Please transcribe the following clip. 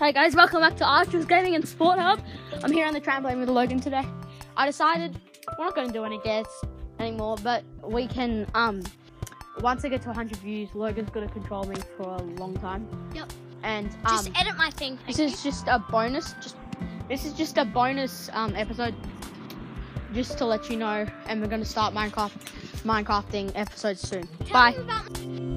Hey guys, welcome back to Archers Gaming and Sport Hub. I'm here on the trampoline with Logan today. I decided we're not going to do any dares anymore, but we can. Um, once I get to 100 views, Logan's going to control me for a long time. Yep. And um, Just edit my thing. this is just a bonus. Just this is just a bonus um, episode, just to let you know. And we're going to start Minecraft, Minecrafting episodes soon. Tell Bye. me about-